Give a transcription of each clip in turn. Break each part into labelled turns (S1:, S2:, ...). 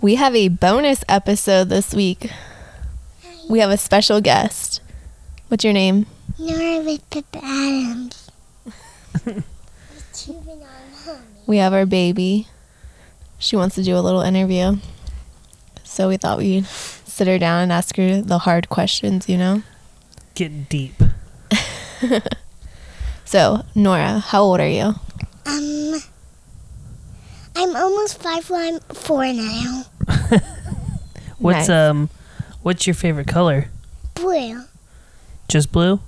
S1: We have a bonus episode this week. We have a special guest. What's your name?
S2: Nora with Pippa Adams. It's Cuban on home.
S1: We have our baby. She wants to do a little interview. So we thought we'd sit her down and ask her the hard questions, you know?
S3: Get deep.
S1: So, Nora, how old are you?
S2: Um, I'm almost five. Well, I'm four now.
S1: Nice.
S3: What's um what's your favorite color?
S2: Blue.
S3: Just blue?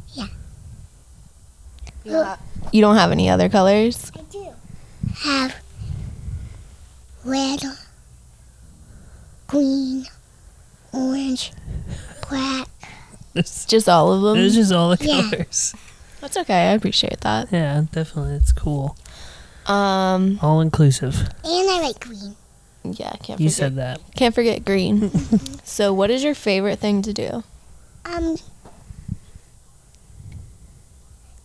S1: You don't have any other colors?
S2: I do. Have red, green, orange, black.
S3: It's
S1: Just all of them?
S3: it's just all the
S2: Yeah.
S3: colors.
S1: That's okay. I appreciate that.
S3: Yeah, definitely. It's cool.
S1: Um,
S3: All inclusive.
S2: And I like green.
S1: yeah, can't
S3: You
S1: forget,
S3: said that.
S1: can't forget green. so, what is your favorite thing to do?
S2: Um,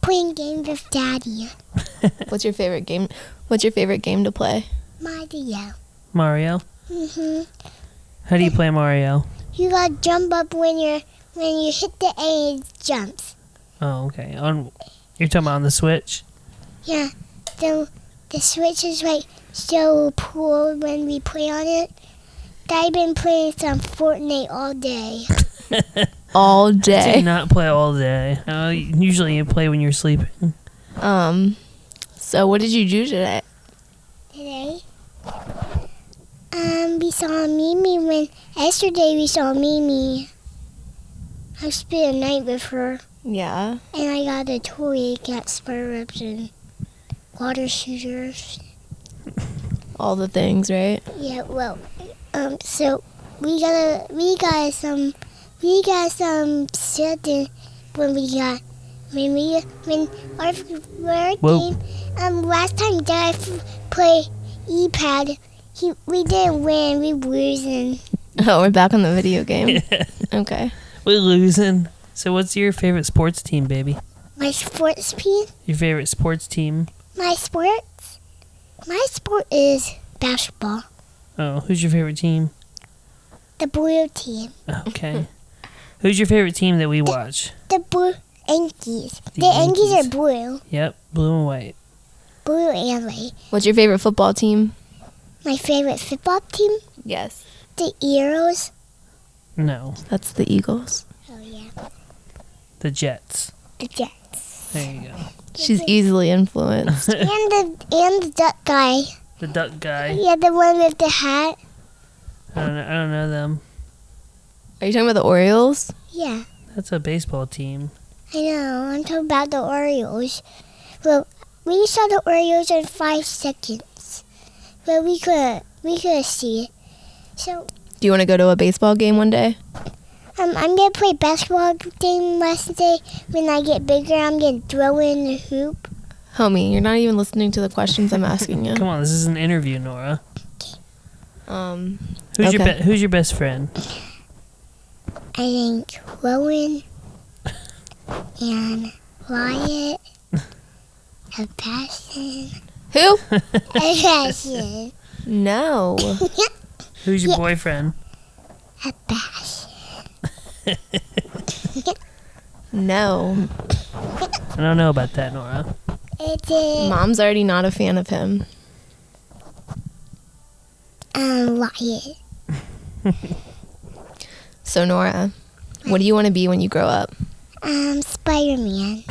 S2: playing games with Daddy.
S1: What's your favorite game? What's your favorite game to play?
S2: Mario.
S3: Mario.
S2: hmm
S3: How do you play Mario?
S2: You gotta jump up when you're when you hit the A. It jumps.
S3: Oh, okay. On you're talking about on the Switch?
S2: Yeah. The the switch is like so cool when we play on it. I've been playing some Fortnite all day.
S1: All
S3: Do
S1: day.
S3: not play all day. Uh, usually you play when you're sleeping.
S1: Um, so what did you do today?
S2: today. Um, we saw Mimi when yesterday we saw Mimi. I spent a night with her,
S1: Yeah.
S2: and I got a toy, got spur ribs and water shooters.
S1: All the things, right?
S2: Yeah, well, um, so we got a, we got some, we got some something when we got when we when our, our
S3: Whoa.
S2: game. Um, last time Dad f- played E-pad, he we didn't win, we losing.
S1: Oh, we're back on the video game. okay.
S3: We're losing. So what's your favorite sports team, baby?
S2: My sports piece,
S3: Your favorite sports team?
S2: my sports, my sport is basketball.
S3: Oh, who's your favorite team?
S2: The blue team,
S3: Okay. who's your favorite team that we watch?
S2: the blue Yankees. The,
S3: The
S2: Yankees.
S3: Yankees.
S2: are blue,
S3: Yep, blue and white.
S2: blue and white.
S1: What's your favorite football team?
S2: My favorite football team,
S1: Yes.
S2: the Eros.
S3: No,
S1: That's the Eagles.
S2: Oh yeah,
S3: the Jets.
S2: the Jets
S3: There you go.
S1: She's easily influenced.
S2: and the and the duck guy.
S3: The duck guy.
S2: Yeah, the one with the hat.
S3: I don't know, I don't know them.
S1: Are you talking about the Orioles?
S2: Yeah,
S3: That's a baseball team.
S2: I know. I'm talking about the Orioles. Well, we saw the Orioles in five seconds, but we could we could see it. So
S1: Do you want to go to a baseball game one day?
S2: um, I'm gonna play basketball game Wednesday. When I get bigger, I'm gonna throw in the hoop.
S1: Homie, you're not even listening to the questions I'm asking you.
S3: Come on, this is an interview, Nora.
S1: Um,
S3: Who's your
S1: Okay.
S3: be- who's your best friend?
S2: I think Rowan and Wyatt have passion.
S1: who?
S2: Have passion.
S1: No.
S3: Who's your
S2: Yeah.
S3: boyfriend?
S2: a bash.
S1: No.
S3: I don't know about that, Nora.
S2: It is
S1: Mom's already not a fan of him.
S2: um Wyatt.
S1: So, Nora, what do you want to be when you grow up?
S2: Um Spider Man.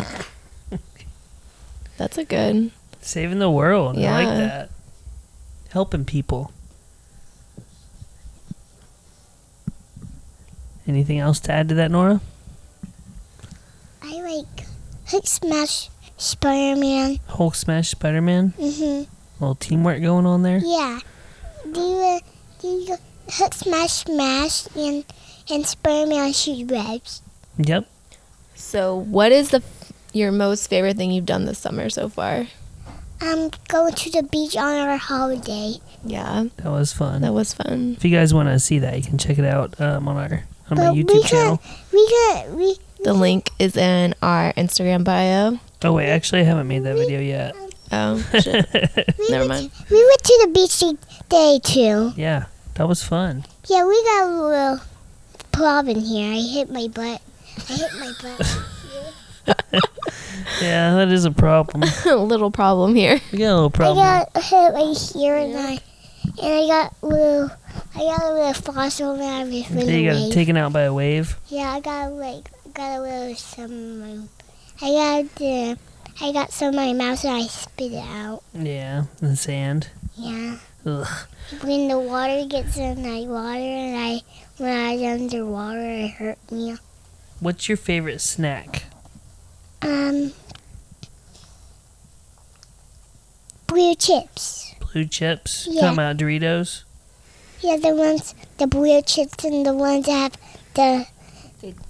S1: That's a good.
S3: Saving the world. I
S1: Yeah.
S3: like that. Helping people. Anything else to add to that, Nora?
S2: I like Hook Smash Spider Man.
S3: Hulk smash Spider Man.
S2: Mhm.
S3: little teamwork going on there.
S2: Yeah. Do you uh, do you Hook Smash Smash and and Spider Man shoot webs?
S3: Yep.
S1: So, what is the your most favorite thing you've done this summer so far?
S2: Um going to the beach on our holiday.
S1: Yeah,
S3: That was fun.
S1: that was fun.
S3: If you guys want to see that, you can check it out um, on our on my
S2: But we
S3: YouTube
S2: could-
S3: channel.
S2: We could we
S1: The link is in our Instagram bio.
S3: Oh wait, actually, I haven't made that video yet.
S1: Oh, shit.
S2: we
S1: Never
S2: went
S1: mind.
S2: we went to the beach today too.
S3: yeah, that That was fun.
S2: Yeah, we got a little problem here. I hit my butt. I hit my butt.
S3: Yeah, that is a problem.
S1: Little problem here.
S3: We got a little problem.
S2: I got hit right here, and I and I got a little. I got a little fossil, and I was
S3: Yeah,
S2: running
S3: you got
S2: away.
S3: it taken out by a wave.
S2: yeah, I got like got a little some. I got uh, I got some in my mouth, and I spit it out.
S3: Yeah, in the sand.
S2: Yeah.
S3: Ugh.
S2: When the water gets in my water, and I when I was underwater, it hurt me.
S3: What's your favorite snack?
S2: Um, blue chips.
S3: Blue chips.
S2: Yeah.
S3: Talking about Doritos.
S2: Yeah, the ones, the blue chips, and the ones that have the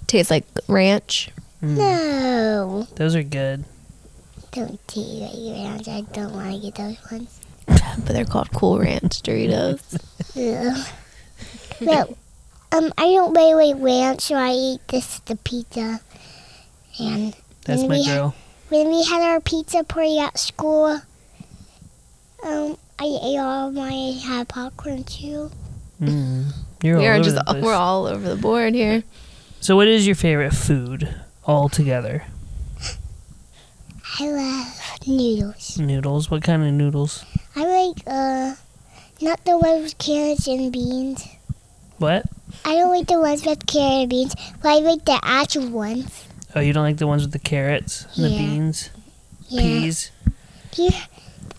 S1: Tastes like ranch.
S3: Mm,
S2: no.
S3: Those are good.
S2: Don't do that, you rounds. I don't want to get those ones.
S1: But they're called Cool Ranch Doritos.
S2: Ugh. no, um, I don't really like ranch, so I eat this the pizza. And
S3: That's
S2: And
S3: my
S2: we ha-
S3: girl.
S2: when we had our pizza party at school, um, I ate all of mine. I had popcorn too.
S3: Mm. You're
S1: we
S3: all
S1: are
S3: over
S1: just
S3: the place.
S1: we're all over the board here.
S3: So, what is your favorite food altogether?
S2: I love noodles.
S3: Noodles. What kind of noodles?
S2: I like uh, not the ones with carrots and beans.
S3: What?
S2: I don't like the ones with carrot and beans, but I like the actual ones.
S3: Oh, you don't like the ones with the carrots and the
S2: Yeah.
S3: beans,
S2: Yeah.
S3: peas.
S2: Yeah.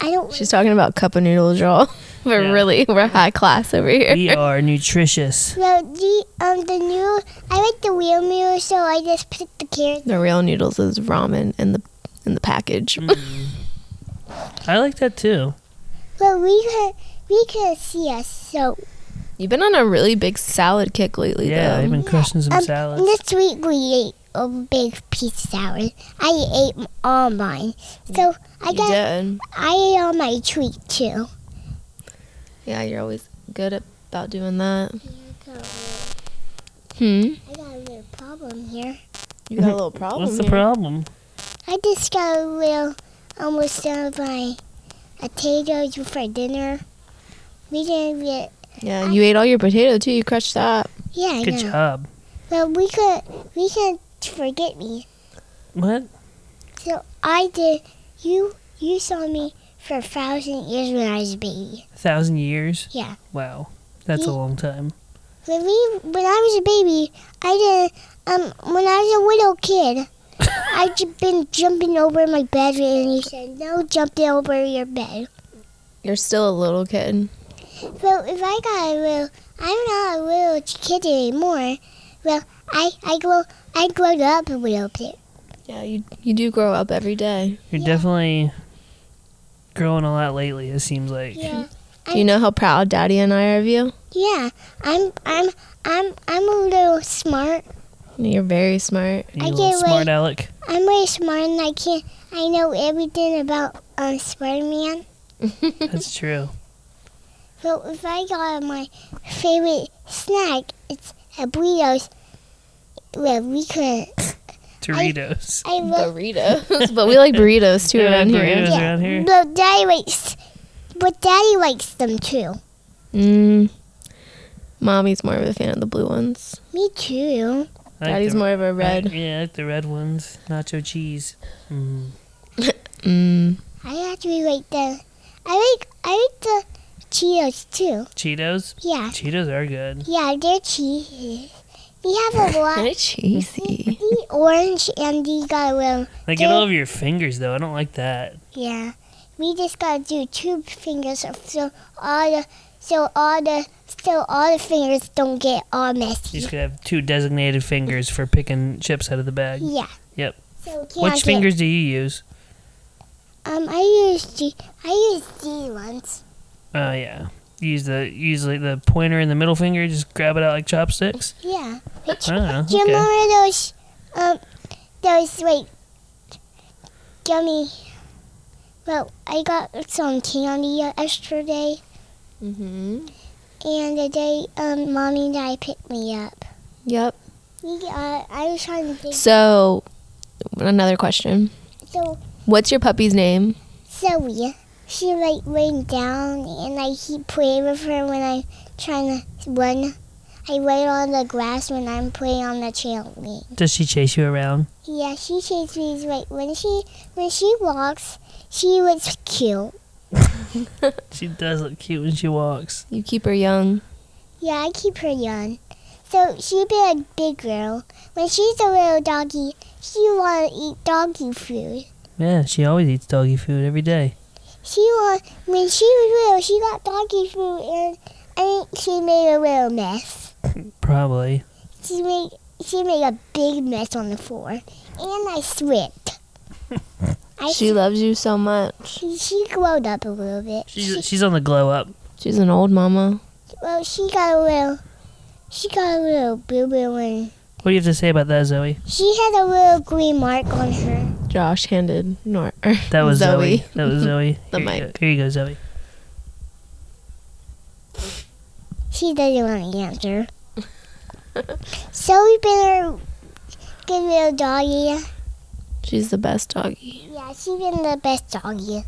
S2: I don't.
S1: She's talking about cup of noodles, y'all. But
S3: Yeah.
S1: really, we're high class over here.
S3: We are nutritious.
S2: well, the um the new I like the real meal, so I just put the carrot.
S1: The real noodles is ramen in the in the package.
S3: Mm. I like that too.
S2: Well, we could we could see us. So
S1: You've been on a really big salad kick lately,
S3: Yeah,
S1: though.
S3: I've been crushing some
S2: um,
S3: salads.
S2: this week we ate a big pizza salad. I ate all mine, so I
S1: you
S2: got
S1: did.
S2: I ate all my treat too.
S1: Yeah, you're always good at- about doing that. Hmm.
S2: I got a little problem here.
S1: You got a little problem.
S3: What's the
S1: here.
S3: problem?
S2: I just got a little almost done with my potatoes for dinner. We didn't get
S1: Yeah, you ate all your potato too. You crushed that.
S2: yeah, I
S3: Good
S2: know.
S3: job.
S2: But we could we could forget me.
S3: What?
S2: So I did you you saw me for a thousand years when I was a baby.
S3: A thousand years?
S2: Yeah.
S3: Wow. That's a
S2: Yeah.
S3: long time.
S2: When we when I was a baby, I did um when I was a little kid I just been jumping over my bed and you said no jumping over your bed.
S1: You're still a little kid.
S2: Well, if I got a little, I'm not a little kid anymore. Well, I I grow I grown up a little bit.
S1: Yeah, you you do grow up every day.
S3: You're
S2: Yeah.
S3: definitely growing a lot lately, it seems like.
S1: Do you know how proud Daddy and I are of you?
S2: yeah. I'm I'm I'm I'm a little smart.
S1: You're very smart.
S3: You
S2: I
S3: little
S2: get,
S3: smart
S2: like-
S3: aleck.
S2: I'm really smart, and I can I know everything about um Spider-Man.
S3: That's true.
S2: Well, if I got my favorite snack, it's a burritos. Well, we could.
S3: Doritos.
S2: I love
S1: burritos, but we like burritos too
S3: Yeah,
S1: around here.
S3: burritos.
S2: yeah.
S3: around here?
S2: Well, Daddy likes, but Daddy likes them too.
S1: Mm. Mommy's more of a fan of the blue ones.
S2: Me too.
S3: I like
S1: Daddy's
S3: the-
S1: more of a
S3: I-
S1: red.
S3: yeah, I like the red ones. Nacho cheese. Mm.
S1: Mm.
S2: I actually like the. I like I like the Cheetos too.
S3: Cheetos?
S2: Yeah,
S3: Cheetos are good.
S2: yeah, they're cheese. We have a
S1: Kind
S2: lot.
S1: of cheesy.
S2: the orange and the got a little.
S3: They get
S2: They-
S3: all over your fingers, though. I don't like that.
S2: Yeah, we just gotta do two fingers of- so all the so all the so all the fingers don't get all
S3: You
S2: messy.
S3: just could have two designated fingers for picking chips out of the bag.
S2: Yeah.
S3: Yep.
S2: So we can't
S3: Which
S2: get-
S3: fingers do you use?
S2: Um, I use the I use the ones.
S3: Oh, yeah. Use the use like the pointer and the middle finger. Just grab it out like chopsticks.
S2: Yeah. Which
S3: Oh,
S2: Do you
S3: okay.
S2: remember those, um, those like gummy? Well, I got some candy yesterday,
S3: Mm-hmm.
S1: hmm
S2: and the day um, mommy and I picked me up.
S1: Yep.
S2: We got, I was trying to think.
S1: So, another question.
S2: So
S1: What's your puppy's name?
S2: Zoe, she like laid down and like he played with her when I'm trying to run. I lay on the grass when I'm playing on the trampoline.
S3: Does she chase you around?
S2: Yeah, she chased me right when she when she walks. She looks cute.
S3: She does look cute when she walks.
S1: You keep her young.
S2: Yeah, I keep her young. So she be a big girl. When she's a little doggy, she wanna eat doggy food.
S3: Yeah, she always eats doggy food every day.
S2: She want when she was little, she got doggy food, and I think she made a little mess.
S3: Probably.
S2: She made she made a big mess on the floor, and I slipped. I
S1: She
S2: she,
S1: loves you so much.
S2: she glowed up a little bit.
S3: She's she's on the glow up.
S1: She's an old mama.
S2: well, she got a little. She got a little blue blue and
S3: What do you have to say about that, Zoe?
S2: she had a little green mark on her.
S1: Josh handed Nor.
S3: That was Zoe. That was Zoe.
S1: The
S3: here, You
S1: mic.
S3: go. here you go, Zoe.
S2: She doesn't want to answer. so we've been her good little doggy.
S1: She's the best doggy.
S2: Yeah, she been the best doggy.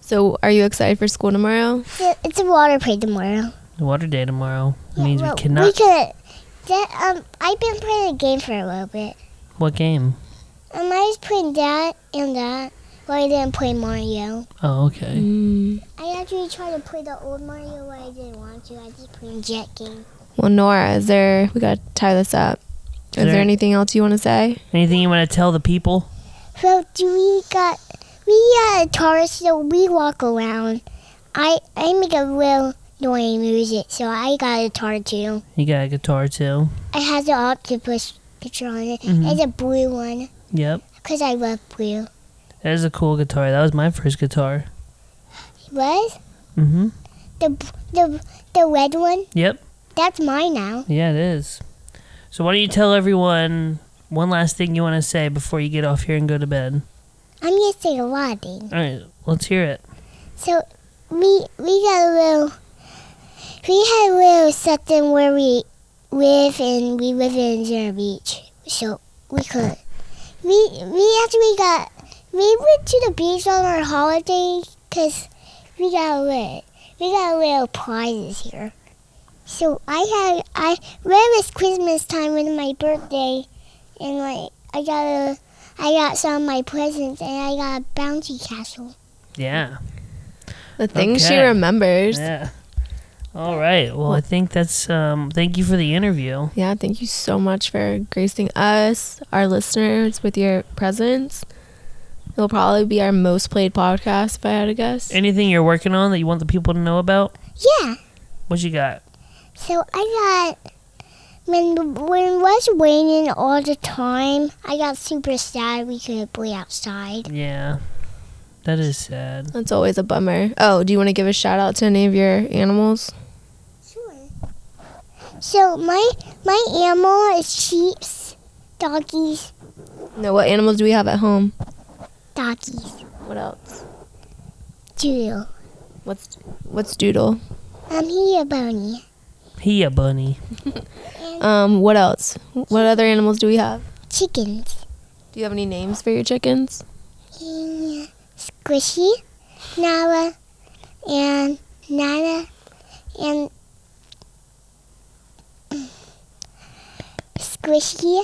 S1: So, are you excited for school tomorrow?
S2: It- It's a water parade tomorrow.
S3: Water day tomorrow. It means
S2: well,
S3: we cannot.
S2: We could. That, um, I've been playing a game for a little bit.
S3: What game?
S2: Um, I was playing that and that. Well, I didn't play Mario.
S3: Oh, okay.
S1: Mm.
S2: I actually tried to play the old Mario, but I didn't want to. I just played Jet Game.
S1: Well, Nora, is there? We gotta tie this up. Is
S3: there-
S1: there anything else you want to say?
S3: Anything you want to tell the people?
S2: So do we got we got a Taurus, so we walk around. I I make a real annoying music, so I got a tar too.
S3: You got a guitar too.
S2: It has an octopus picture on it.
S3: Mhm.
S2: It's a blue one
S3: Yep.
S2: because I love blue.
S3: That is a cool guitar. That was my first guitar.
S2: What
S3: Mm-hmm.
S2: the the the red one?
S3: Yep.
S2: That's mine now.
S3: Yeah, it is. So why don't you tell everyone one last thing you want to say before you get off here and go to bed?
S2: I'm gonna say a lot of things.
S3: All right, let's hear it.
S2: So we we got a little we had a little something where we live and we live in Zero Beach. So we could we we actually got we went to the beach on our holiday because we got a little we got a little prizes here. So I had I when it was Christmas time with my birthday and like I got a I got some of my presents and I got a bouncy castle.
S3: Yeah.
S1: The things she
S3: Okay.
S1: remembers. Yeah.
S3: Yeah. All right. Well, I think that's. Um, thank you for the interview.
S1: thank you so much for gracing us, our listeners, with your presence. It'll probably be our most played podcast, if I had to guess.
S3: Anything you're working on that you want the people to know about?
S2: Yeah.
S3: What you got?
S2: So I got when when it was raining all the time, I got super sad we couldn't play outside.
S3: Yeah. That is sad.
S1: That's always a bummer. Oh, do you want to give a shout out to any of your animals?
S2: Sure. So my my animal is sheeps, doggies,
S1: No, what animals do we have at home?
S2: doggies,
S1: What else?
S2: doodle.
S1: What's what's Doodle?
S2: Um, he a bunny.
S3: He a bunny.
S1: Um, what else? What other animals do we have?
S2: Chickens.
S1: Do you have any names for your chickens?
S2: And squishy, Nala, and Nana, and Squishy,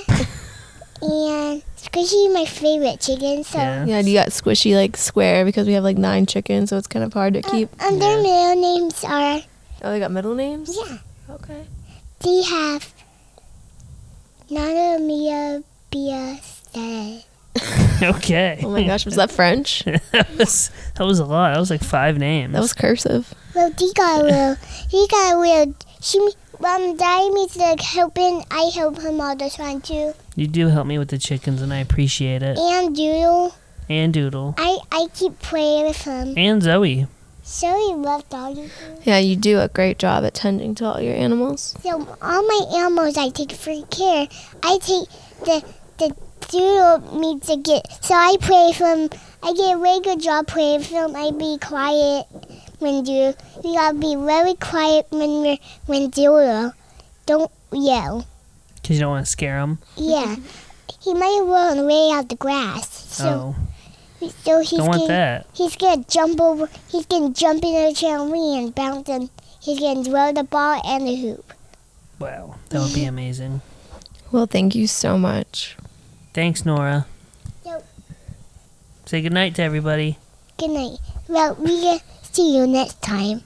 S2: and Squishy my favorite chicken. So
S3: Yeah.
S1: Yeah, you got squishy like square because we have like nine chickens, so it's kind of hard to keep.
S2: Uh, and their middle names are
S1: Oh, they got middle names.
S2: yeah.
S1: Okay.
S2: They have Nana, Mia, Bia, Stella.
S3: Okay.
S1: Oh my gosh, was that French?
S3: that was that was a lot. That was like five names.
S1: That was cursive.
S2: Well, he got a little. He got a little. She, um, Daddy needs like helping. I help him all the time too.
S3: you do help me with the chickens, and I appreciate it.
S2: And Doodle,
S3: And Doodle.
S2: I I keep playing with him.
S3: And Zoe.
S2: So he loves doggy food.
S1: Yeah, you do a great job at tending to all your animals.
S2: So all my animals, I take free care. I take the the Doodle needs to get. So I play with him. I get a really good job playing with him. I be quiet when Doodle. You gotta be really quiet when we're when Doodle. Don't yell.
S3: Because you don't want to scare them.
S2: Yeah. He might have rolled away out the grass. So
S3: oh.
S2: So he's
S3: Don't want
S2: getting,
S3: that.
S2: he's gonna jump over. He's gonna jump into the trampoline and bounce, and he's gonna throw the ball and the hoop.
S3: Wow, that would be amazing.
S1: Well, thank you so much.
S3: Thanks, Nora.
S2: Yep.
S3: Say goodnight to everybody.
S2: Good night. Well, we will see you next time.